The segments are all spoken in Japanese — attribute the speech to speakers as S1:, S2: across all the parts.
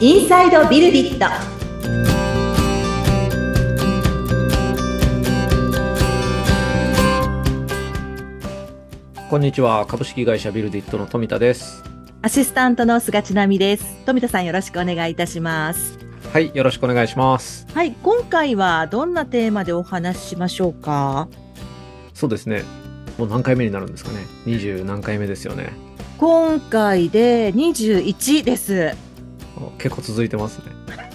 S1: インサイドビルディット
S2: こんにちは株式会社ビルディットの富田です
S1: アシスタントの菅千奈美です富田さんよろしくお願いいたします
S2: はいよろしくお願いします
S1: はい今回はどんなテーマでお話ししましょうか
S2: そうですねもう何回目になるんですかね二十何回目ですよね
S1: 今回で21です
S2: お結構続いてますね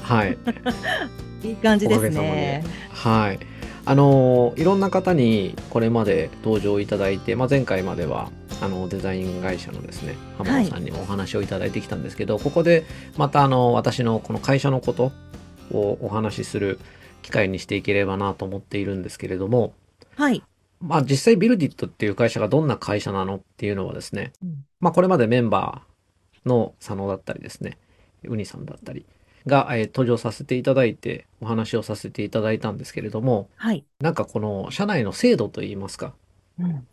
S2: はい
S1: いい感じです
S2: おかげ
S1: ね
S2: さはいあのーいろんな方にこれまで登場いただいて、まあ、前回まではあのデザイン会社のですね浜田さんにお話をいただいてきたんですけど、ここでまたあの私のこの会社のことをお話しする機会にしていければなと思っているんですけれども、
S1: はい
S2: まあ実際ビルディットっていう会社がどんな会社なのっていうのはですね、
S1: うん
S2: まあこれまでメンバーの佐野だったりですね、ウニさんだったりが、えー登場させていただいてお話をさせていただいたんですけれども、
S1: はい、
S2: なんかこの社内の制度といいますか、
S1: うん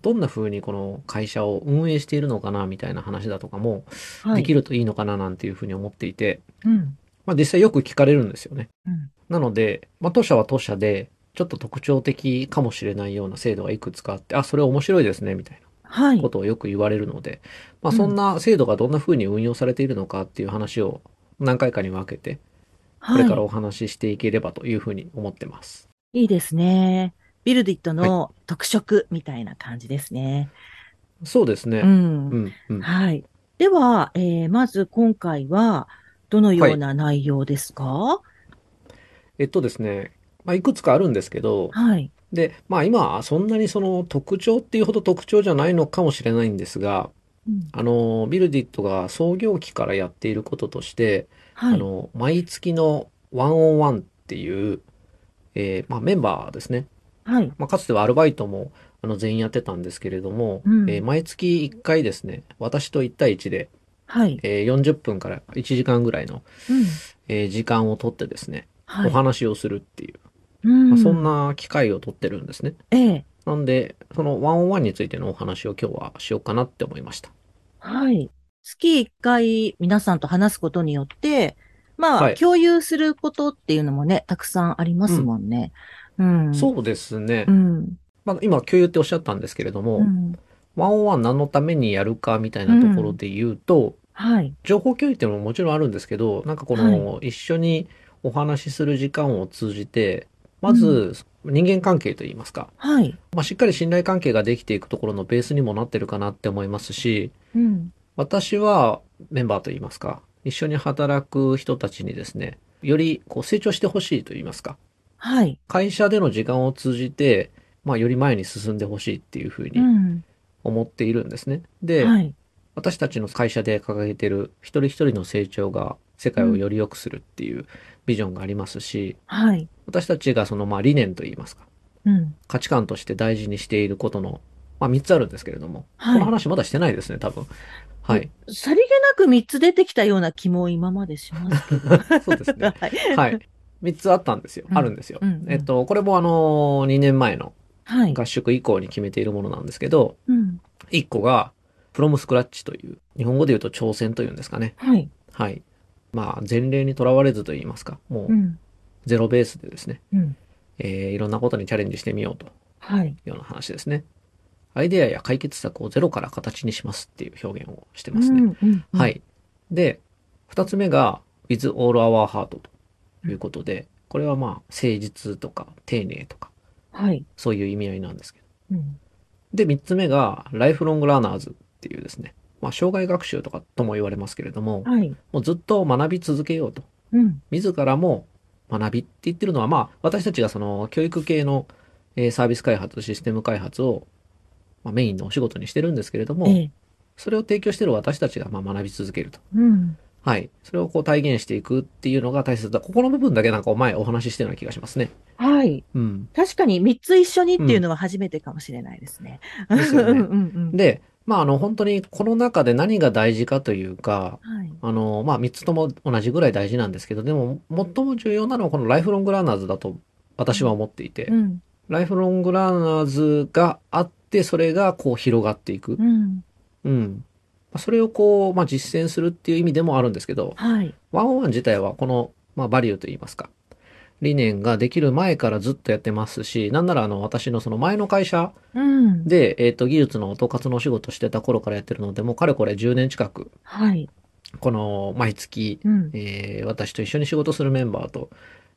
S2: どんな風にこの会社を運営しているのかなみたいな話だとかも
S1: は
S2: で
S1: い
S2: きるといいのかななんていう風に思っていて、
S1: うん
S2: まあ実際よく聞かれるんですよね。
S1: うん
S2: なので、まあ、当社は当社で、ちょっと特徴的かもしれないような制度がいくつかあって、あ、それ面白いですね、みたい
S1: は
S2: ないことをよく言われるので、まあ、
S1: うん
S2: そんな制度がどんな風に運用されているのかっていう話を何回かに分けて、これから
S1: は
S2: お話ししていければというふうに思ってます。
S1: い、いいですねビルディットの特色みたいな感じですね、
S2: そうです
S1: う
S2: ね。
S1: ん
S2: うん、うん。
S1: はい。では、えーまず今回は、どのような内容ですかは
S2: えっとですね、まあ、いくつかあるんですけど、
S1: い。
S2: で、まあ今、そんなにその特徴っていうほど特徴じゃないのかもしれないんですが、
S1: うん
S2: あの、ビルディットが創業期からやっていることとして、
S1: は
S2: あ
S1: い。
S2: の、毎月のワンオンワンっていう、えーまあ、メンバーですね。
S1: はい。
S2: まあ、かつてはアルバイトもあの全員やってたんですけれども、
S1: うん
S2: えー毎月1回ですね、私と1対1で、
S1: はい。
S2: えー40分から1時間ぐらいの、
S1: うん。
S2: えー時間を取ってですね、
S1: はい。
S2: お話をするっていう、
S1: うん
S2: まあ、そんな機会を取ってるんですね。
S1: ええ。
S2: なんで、そのワンオンワンについてのお話を今日はしようかなって思いました。
S1: はい。月1回皆さんと話すことによって、まあ、
S2: はい
S1: 共有することっていうのもね、たくさんありますもんね。うん。
S2: そうですね
S1: う。ん。
S2: まあ、今、共有っておっしゃったんですけれども、
S1: うん。
S2: ワンオンワン何のためにやるかみたいなところで言うと、
S1: はい。
S2: 情報共有っていうのももちろんあるんですけど、なんかこの一緒にお話しする時間を通じて、まず人間関係といいますか、
S1: はい。
S2: まあ、しっかり信頼関係ができていくところのベースにもなってるかなって思いますし、
S1: うん。
S2: 私はメンバーといいますか、一緒に働く人たちにですね、よりこう成長してほしいといいますか、
S1: はい。
S2: 会社での時間を通じて、まあ、より前に進んでほしいっていうふう
S1: う
S2: に
S1: ん。
S2: 思っているんですね。で、
S1: はい。
S2: 私たちの会社で掲げてる一人一人の成長が世界をより良くするっていうビジョンがありますし、
S1: はい。
S2: 私たちがそのまあ理念といいますか、
S1: うん。
S2: 価値観として大事にしていることの、まあ3つあるんですけれども、
S1: はい
S2: この話まだしてないですね、多分。はい。
S1: さりげなく3つ出てきたような気も今までしますけど。
S2: そうです ね。
S1: はい。
S2: はい。3つあったんですよ。
S1: うん
S2: あるんですよ
S1: うんうん。
S2: えっと、これもあのー、2年前の
S1: はい。
S2: 合宿以降に決めているものなんですけど、
S1: うん。
S2: 1個が、プロムスクラッチという、日本語で言うと挑戦というんですかね。
S1: はい。
S2: はい。まあ、前例にとらわれずと言いますか、もう
S1: うん。
S2: ゼロベースでですね、
S1: うん。
S2: えーいろんなことにチャレンジしてみようとい
S1: はい。
S2: うような話ですね。アイデアや解決策をゼロから形にしますっていう表現をしてますね。
S1: うん。。
S2: はいい。で、二つ目が with all our heart ということで、これはまあ誠実とか丁寧とか
S1: はい。
S2: そういう意味合いなんですけど。
S1: うん。
S2: で、三つ目がライフロングラーナーズっていうですね、まあ障害学習とかとも言われますけれども、
S1: はい。
S2: もうずっと学び続けようと。
S1: うん。
S2: 自らも学びって言ってるのは、まあ、私たちがその教育系の、えーサービス開発、システム開発を、まあ、メインのお仕事にしてるんですけれども、
S1: ええ。
S2: それを提供してる私たちが、まあ、学び続けると。
S1: うん。
S2: はい。それをこう体現していくっていうのが大切だ。ここの部分だけなんかお前お話ししてるような気がしますね。
S1: はい。
S2: うん。
S1: 確かに3つ一緒にっていうのは初めてかもしれないですね。
S2: うんですよ ね
S1: うんうんうん。
S2: で、まあ、あの、本当にこの中で何が大事かというか、
S1: はい。
S2: あの、まあ、3つとも同じぐらい大事なんですけど、でも、最も重要なのはこのライフロングラーナーズだと私は思っていて、
S1: うん。
S2: ライフロングラーナーズがあって、それがこう広がっていく
S1: う。ん。
S2: うん。まあそれをこう、まあ、実践するっていう意味でもあるんですけど、
S1: はい。
S2: ワンオンワン自体はこの、まあ、バリューといいますか、理念ができる前からずっとやってますし、なんならあの、私のその前の会社
S1: うん。
S2: で、えっ、と、技術の統括のお仕事してた頃からやってるので、もうかれこれ10年近く、
S1: はい。
S2: この、毎月、
S1: うん。
S2: えー私と一緒に仕事するメンバーと、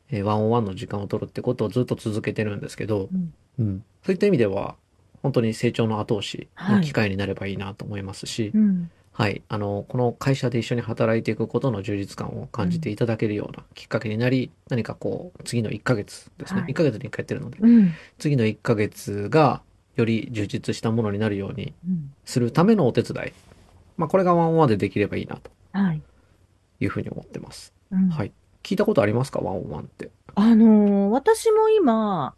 S2: えーワンオンワンの時間を取るってことをずっと続けてるんですけど、
S1: うん
S2: うんそういった意味では、本当に成長の後押し
S1: は
S2: の
S1: い
S2: 機会になればいいなと思いますし、
S1: うん。
S2: はい。あの、この会社で一緒に働いていくことの充実感を感じていただけるようなきっかけになり、何かこう、次の1ヶ月ですね。
S1: はい
S2: 1ヶ月に1回やってるので、
S1: うん。
S2: 次の1ヶ月がより充実したものになるように
S1: うん。
S2: するためのお手伝い。まあ、これがワンオンワンでできればいいなと
S1: はい。
S2: いうふうに思ってます。
S1: うん
S2: はい。聞いたことありますかワンオンワンって。
S1: あのー私も今、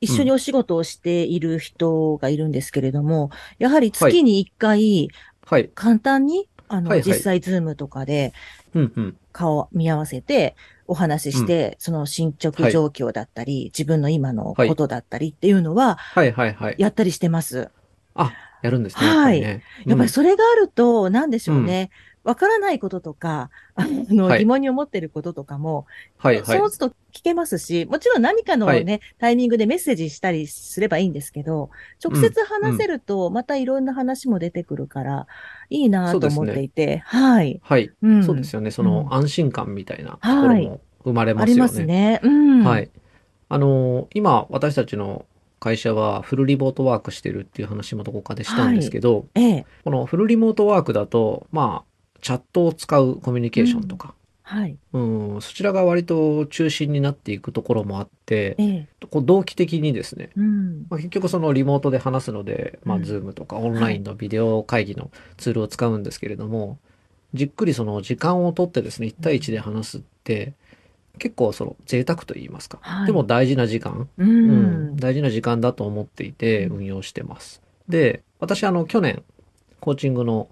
S1: 一緒にお仕事をしている人がいるんですけれども、やはり月に一回、
S2: はい。
S1: 簡単に、あの、
S2: はいはい
S1: 実際ズームとかで
S2: うんうん。
S1: 顔見合わせて、お話しして、その進捗状況だったり、自分の今のことだったりっていうのは、
S2: はいはいはい。
S1: やったりしてます。
S2: やるんですね。やっぱりね。
S1: やっぱり
S2: うん
S1: それがあると、なんでしょうね。わからないこととか、あの、
S2: はい
S1: 疑問に思ってることとかも、
S2: はいは
S1: そ
S2: い
S1: の。都度聞けますし、もちろん何かのね、
S2: は
S1: タイミングでメッセージしたりすればいいんですけど、直接話せると、またいろんな話も出てくるから、いいな
S2: そう
S1: と
S2: ですね
S1: 思っていて、はい。
S2: はい。
S1: うん。
S2: そうですよね。その
S1: うん
S2: 安心感みたいなところも生まれま
S1: あ
S2: す
S1: り
S2: よ
S1: ます
S2: ね。
S1: ね。うん。
S2: は。い。あのー今、私たちの会社はフルリモートワークしてるっていう話もどこかでしたんですけど、
S1: ええ。
S2: このフルリモートワークだと、まあ、チャットを使うコミュニケーションとか、
S1: はい。
S2: うん、そちらが割と中心になっていくところもあって、
S1: ええ。
S2: こう同期的にですね、
S1: うん。
S2: まあ、結局そのリモートで話すので、まあ、
S1: うん
S2: ズームとかオンラインのビデオ会議のツールを使うんですけれども、じっくりその時間を取ってですね、1対1で話すって、結構その贅沢と言いますか、
S1: はい
S2: でも大事な時間、
S1: う
S2: うん
S1: ん。
S2: 大事な時間だと思っていて
S1: うん
S2: 運用してます。で、私あの去年コーチングの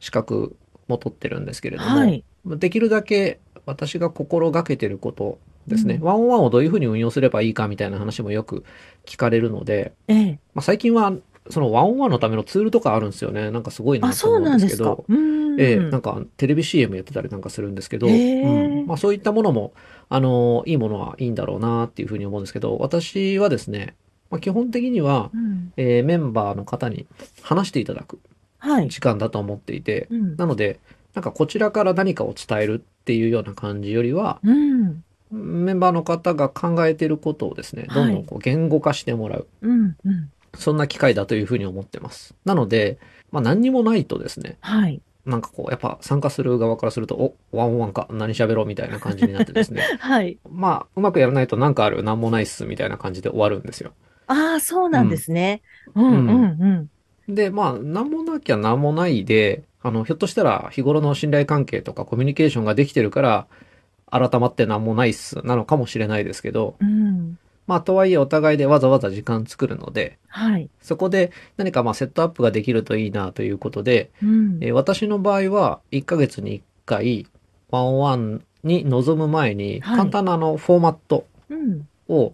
S2: 資格も取ってるんですけれども、
S1: はい。
S2: できるだけ私が心がけてることですね、
S1: うん
S2: ワンオンワンをどういうふうに運用すればいいかみたいな話もよく聞かれるので、
S1: ええ。
S2: まあ、最近はそのワンオンワンのためのツールとかあるんですよね。なんかすごいな
S1: あ、
S2: と
S1: そう
S2: 思うん
S1: なん
S2: で
S1: で
S2: すけ
S1: すか
S2: ど。。
S1: うん。
S2: ええなんかテレビ CM やってたりなんかするんですけど、
S1: へえ
S2: うんまあ、そういったものも、あのいいものはいいんだろうなっていうふうに思うんですけど、私はですね、まあ、基本的には、
S1: うん。
S2: えーメンバーの方に話していただく
S1: はい。
S2: 時間だと思っていて、
S1: うん。
S2: なので、なんかこちらから何かを伝えるっていうような感じよりは、
S1: うん。
S2: メンバーの方が考えてることをですね、どんどんこう言語化してもらう。
S1: うん。うん。
S2: そんな機会だというふうに思ってます。なので、まあ何にもないとですね、
S1: はい。
S2: なんかこう、やっぱ参加する側からすると、お、ワンオンワンか、何喋ろうみたいな感じになってですね、
S1: はい。
S2: まあ、うまくやらないとなんかある、なんもないっす、みたいな感じで終わるんですよ。
S1: ああ、そうなんですね。うん。
S2: う
S1: うんん。うん。
S2: で、まあ、なんもなきゃなんもないで、あの、ひょっとしたら日頃の信頼関係とかコミュニケーションができてるから、改まってなんもないっす、なのかもしれないですけど、
S1: うん。
S2: まあ、とはいえお互いでわざわざ時間作るので、
S1: はい。
S2: そこで何かまあセットアップができるといいなということで、
S1: うん。
S2: えー私の場合は、1ヶ月に1回、ワンオンワンに臨む前に、
S1: はい
S2: 簡単なあの、フォーマット
S1: うん。
S2: を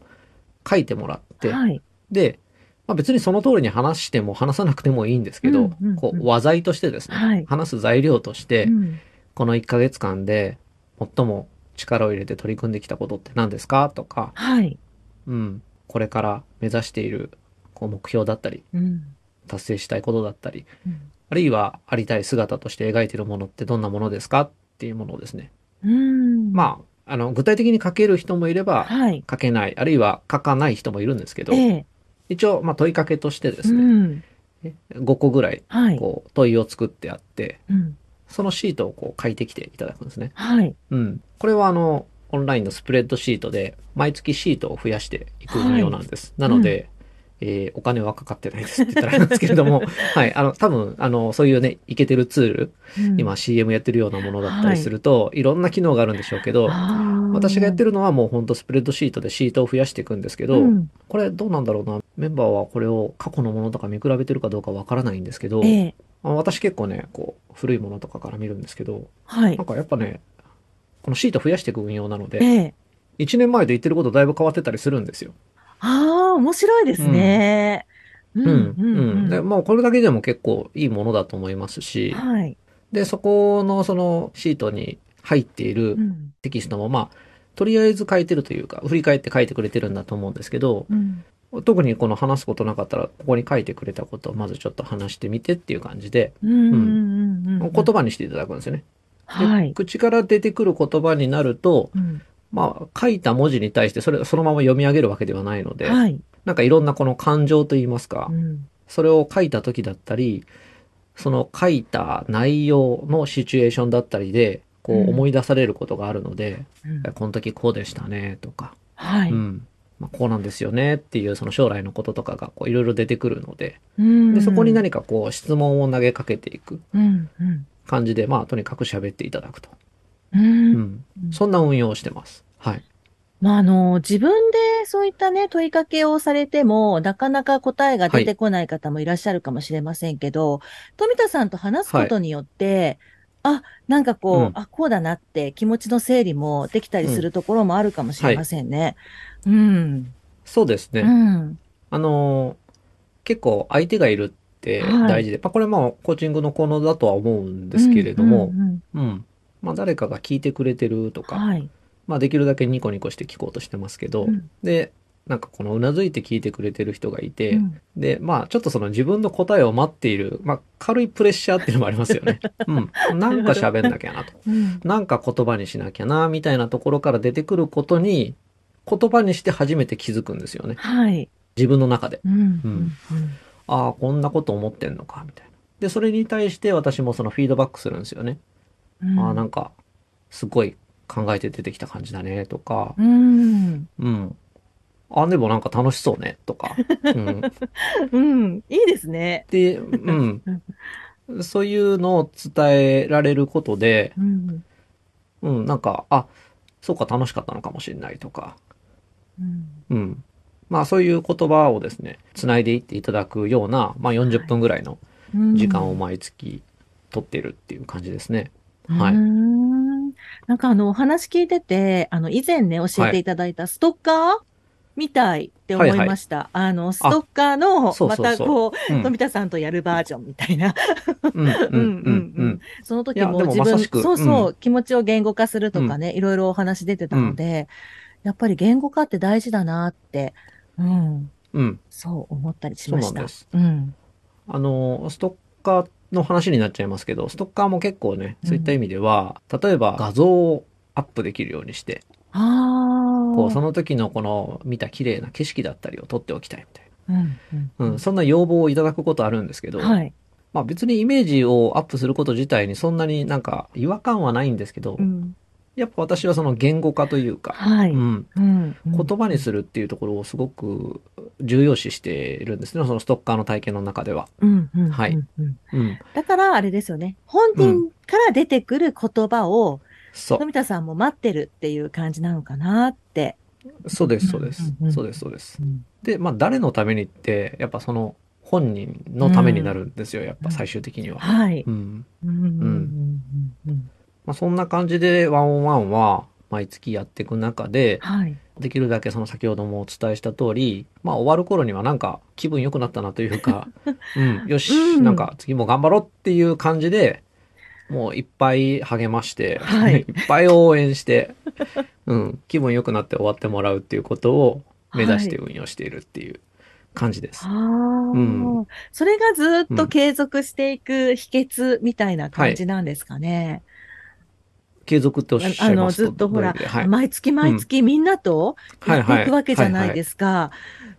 S2: 書いてもらって、
S1: はい。
S2: で、まあ、別にその通りに話しても話さなくてもいいんですけど、
S1: うんうんうん
S2: こう、話題としてですね、
S1: はい
S2: 話す材料として、
S1: うん
S2: この1ヶ月間で、最も力を入れて取り組んできたことって何ですかとか、
S1: はい。
S2: うん、これから目指している、こう、目標だったり、
S1: うん。
S2: 達成したいことだったり、
S1: うん
S2: あるいはありたい姿として描いているものってどんなものですかっていうものをですね。
S1: うん。
S2: まあ、あの、具体的に書ける人もいれば、
S1: はい。
S2: 書けない、あるいは書かない人もいるんですけど
S1: え、え。
S2: 一応、まあ問いかけとしてで
S1: う
S2: すね、
S1: ん。
S2: 5個ぐらい、
S1: はい。
S2: こう、問いを作ってあって、
S1: うん。
S2: そのシートをこう書いてきていただくんですね。
S1: はい。
S2: うん。これはあの、オンラインのスプレッドシートで、毎月シートを増やしていく運用なんです。なので、えーお金はかかってないですって言ったらあれなんですけれど も、はい、あの、多分、あの、そういうね、いけてるツール、
S1: うん
S2: 今、CM やってるようなものだったりすると、い、ろんな機能があるんでしょうけど、私がやって
S1: る
S2: るのはもうほんとスプレッドシートでシートを増やしていくんですけど、
S1: うん、
S2: これどうなんだろうな。メンバーはこれを過去のものとか見比べてるかどうかわからないんですけど、
S1: ええ。
S2: あ私結構ね、こう、古いものとかから見るんですけど、
S1: はい
S2: なん。かやっぱね、このシート増やしていく運用なの
S1: え
S2: で、
S1: え。
S2: 1年前と言ってることだいぶ変わってたりするんですよ。
S1: ああ、面白いですね。うん
S2: うん、
S1: うん
S2: うん。
S1: う
S2: で、
S1: ん
S2: もうこれだけでも結構いいものだと思いますし、
S1: はい。
S2: で、そこのそのシートに入っている
S1: うん
S2: テキストも、まあ、とりあえず書いてるというか、振り返って書いてくれてるんだと思うんですけど、
S1: うん
S2: 特にこの話すことなかったら、ここに書いてくれたことをまずちょっと話してみてっていう感じで、
S1: うんうんうんうん
S2: 言葉にしていただくんですよね。で
S1: はい。
S2: 口から出てくる言葉になると、
S1: うん
S2: まあ、書いた文字に対してそれそのまま読み上げるわけではないので、
S1: はい。
S2: なんかいろんなこの感情といいますか、
S1: うん
S2: それを書いた時だったり、その書いた内容のシチュエーションだったりで、こ
S1: うん
S2: う思い出されることがあるので、
S1: うん
S2: この時こうでしたねとか、。
S1: はいう
S2: ん。まあ、こうなんですよねっていうその将来のこととかがこういろいろ出てくるので、
S1: で
S2: で、そこに何かこう質問を投げかけていく
S1: うんうん
S2: 感じで、まあとにかく喋っていただくと。
S1: う
S2: うんん。そんな運用をしてます。はい。
S1: まあ、あの、自分でそういったね、問いかけをされても、なかなか答えが出てこない方もいらっしゃるかもしれませんけど、富田さんと話すことによって、あ、なんかこう、
S2: うん
S1: あ、こうだなって気持ちの整理もできたりするところもあるかもしれませんね。うん。
S2: そうですね。
S1: うん。
S2: あのー結構相手がいるって大事で、まあこれまあコーチングの効能だとは思うんですけれど
S1: う
S2: も、
S1: んうん
S2: うん。まあ、誰かが聞いてくれてると
S1: うん
S2: か、
S1: はい。
S2: まあ、できるだけニコニコして聞こうとしてますけど、
S1: うん
S2: で、なんかこのうなずいて聞いてくれてる人がいて、
S1: うん
S2: で、まあ、ちょっとその自分の答えを待っている、まあ、軽いプレッシャーっていうのもありますよ ね。うん。なんか喋んなきゃなと。
S1: うん
S2: なんか言葉にしなきゃな、みたいなところから出てくることに、言葉にして初めて気づくんですよね。
S1: はい。
S2: 自分の中で。
S1: うんうん
S2: うん
S1: うん
S2: ああ、こんなこと思ってんのか、みたいな。で、それに対して私もそのフィードバックするんですよね。
S1: うん
S2: あーなんか、すごい考えて出てきた感じだね、とか、
S1: うん。
S2: うん。あ、でもなんか楽しそうね、とか。うん、
S1: うん。いいですね。
S2: で、うん。 そういうのを伝えられることで、
S1: うん
S2: うん、なんか、あ、そうか楽しかったのかもしれないとか、
S1: うん
S2: うん。まあそういう言葉をですね、繋いでいっていただくような、まあ40分ぐらいの
S1: うん
S2: 時間を毎月取ってるっていう感じですね。はいう
S1: ーんなんかあの、お話聞いてて、あの、以前ね、教えていただいたストッカーみたいって思いました。あの、ストッカーの、
S2: そう
S1: ま
S2: そう
S1: た
S2: そう
S1: こ
S2: う
S1: う、
S2: ん。
S1: 富田さんとやるバージョンみたいな。
S2: うん、
S1: う
S2: うん、うんん、
S1: う
S2: うんん
S1: う。んその時
S2: いや
S1: も
S2: でも
S1: 自
S2: まさ
S1: 分、
S2: しく
S1: そうそうう、気持ちを言語化するとかね、いろいろお話出てたので、やっぱり言語化って大事だなって、うん、
S2: うん。
S1: そう思ったりし
S2: そ
S1: ま
S2: うな
S1: し
S2: ん
S1: た
S2: で。す。
S1: うん。
S2: あの、ストッカーの話になっちゃいますけど、ストッカーも結構ね、
S1: うん
S2: そういった意味では、例えば画像をアップできるようにして、
S1: ああ。
S2: こう、その時のこの見た綺麗な景色だったりを撮っておきたいみたい
S1: うん、う
S2: な。うんん、そんな要望をいただくことあるんですけど、
S1: はい。
S2: まあ別にイメージをアップすること自体にそんなになんか違和感はないんですけど
S1: う、ん
S2: やっぱ私はその言語化というか、。
S1: はいう
S2: ん、
S1: うんうん
S2: 言葉にするっていうところをすごく重要視しているんですね、そのストッカーの体験の中では。
S1: うんうんうん
S2: はい
S1: うん
S2: うん、
S1: だから、あれですよね。本人から出てくる言葉を、
S2: そう。
S1: 富田さんも待ってるっていう感じなのかなって。
S2: そうです、そうで
S1: う
S2: す
S1: んうんう。ん
S2: そうです、そうです。
S1: うん
S2: で、まあ、誰のためにって、やっぱその本人のためになるんですよ、やっ
S1: うん
S2: ぱ最終的には。
S1: はい。
S2: うん。
S1: うんうんうんうん
S2: まあ、そんな感じで、ワンオンワンは、毎月やっていく中で、
S1: はい。
S2: できるだけその先ほどもお伝えした通り、まあ、終わる頃にはなんか気分良くなったなとい うか、うん、よし、
S1: うん
S2: なんか次も頑張ろうっていう感じで、もういっぱい励まして、
S1: はい
S2: いっぱい応援して、うん、気分良くなって終わってもらうっていうことを目指して運用しているっていう感じです。
S1: はあ、
S2: ん
S1: それがずっと継続していく秘訣みたいな感じなんですかね。
S2: 継続っておっしゃいますと
S1: あのずっとほら
S2: どういう意味ではい、
S1: 毎月毎月みんなと
S2: は
S1: や
S2: い。
S1: っていくわけじゃないですすか。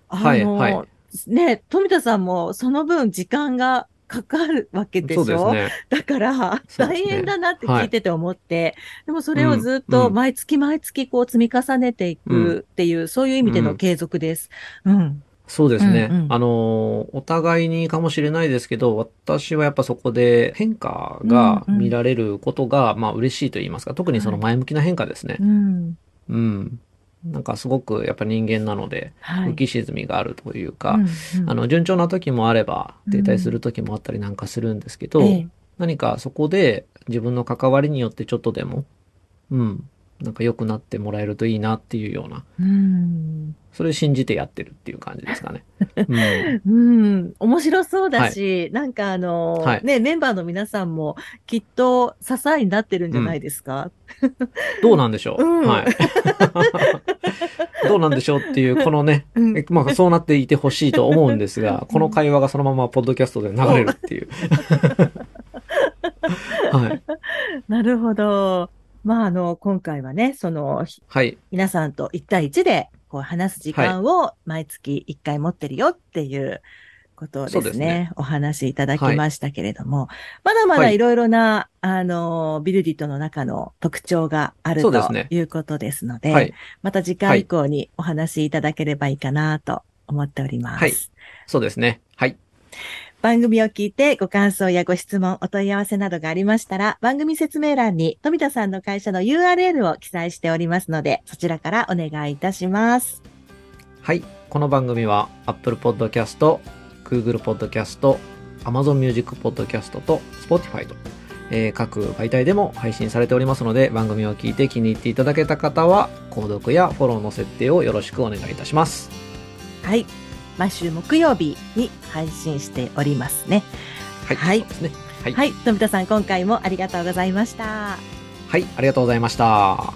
S2: はい
S1: あの、
S2: はいはい
S1: ね、富田さんもその分時間がかかるわけでし
S2: そ
S1: ょ
S2: うですね。
S1: だから、
S2: そうで
S1: 大
S2: すね
S1: 変だなって聞いてて思って、でもそれをずっと
S2: うん
S1: 毎月毎月こう積み重ねていくっていう、そういう意味での継続です。うん。
S2: そうですね。
S1: うんうん
S2: あのー、お互いにかもしれないですけど、私はやっぱそこで変化が見られることが、まあ嬉しいと言いますか、特にその前向きな変化ですね
S1: う。ん。
S2: うん。なんかすごくやっぱ人間なので、
S1: はい。
S2: 浮き沈みがあるというか、
S1: うんうん
S2: あの、順調な時もあれば、停滞する時もあったりなんかするんですけど、
S1: ええ
S2: 何かそこで自分の関わりによってちょっとでも、うん、なんか良くなってもらえるといいなっていうような、
S1: うん。
S2: それ信じてやってるっていう感じで すかね。うん、
S1: うん。面白そうだし、なんかあの、
S2: はい
S1: ね、メンバーの皆さんもきっと支えになってるんじゃないですか。
S2: どうなんでしょう、
S1: うん
S2: はい。 どうなんでしょうっていう、このね、
S1: うん
S2: えまあそうなっていてほしいと思うんですが、この会話がそのままポッドキャストで流れるって いう。はい。
S1: なるほど。まあ、あの、今回はね、その、ひ
S2: はい。
S1: 皆さんと1対1で、こう、話す時間を毎月1回持ってるよっていうことをです
S2: そ
S1: ね、
S2: うですね
S1: お話しいただきましたけれども、まだまだ
S2: はい
S1: いろいろな、あの、ビルディットの中の特徴がある
S2: そう
S1: と
S2: ですね
S1: いうことですので、
S2: はい。
S1: また次回以降にお話しいただければいいかなと思っております。
S2: はいそうですね。はい。
S1: 番組を聞いてご感想やご質問、お問い合わせなどがありましたら、番組説明欄に富田さんの会社の URL を記載しておりますので、そちらからお願いいたします。
S2: はい。この番組は Apple Podcast、Google Podcast、Amazon Music Podcast と Spotify と、えー各媒体でも配信されておりますので、番組を聞いて気に入っていただけた方は、購読やフォローの設定をよろしくお願いいたします。
S1: はい。毎週木曜日に配信しておりますね。
S2: はい。
S1: はい
S2: そうですね。はい
S1: はい。富田さん、今回もありがとうございました。
S2: はい。ありがとうございました。